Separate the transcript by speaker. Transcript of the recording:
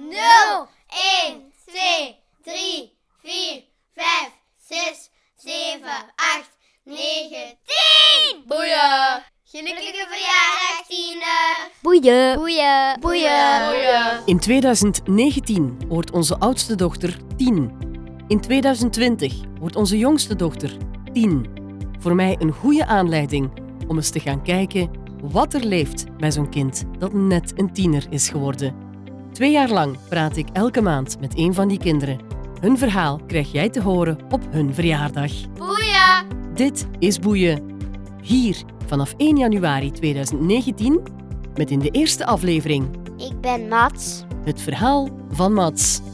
Speaker 1: 0, 1, 2, 3, 4, 5, 6, 7, 8, 9, 10! Boeien! Gelukkige verjaardag, Tine!
Speaker 2: Boeien. Boeien.
Speaker 1: Boeien!
Speaker 3: In 2019 wordt onze oudste dochter 10. In 2020 wordt onze jongste dochter 10. Voor mij een goede aanleiding om eens te gaan kijken wat er leeft bij zo'n kind dat net een tiener is geworden. Twee jaar lang praat ik elke maand met een van die kinderen. Hun verhaal krijg jij te horen op hun verjaardag.
Speaker 1: Boeien!
Speaker 3: Dit is Boeien. Hier vanaf 1 januari 2019 met in de eerste aflevering
Speaker 1: Ik ben Mats.
Speaker 3: het verhaal van Mats.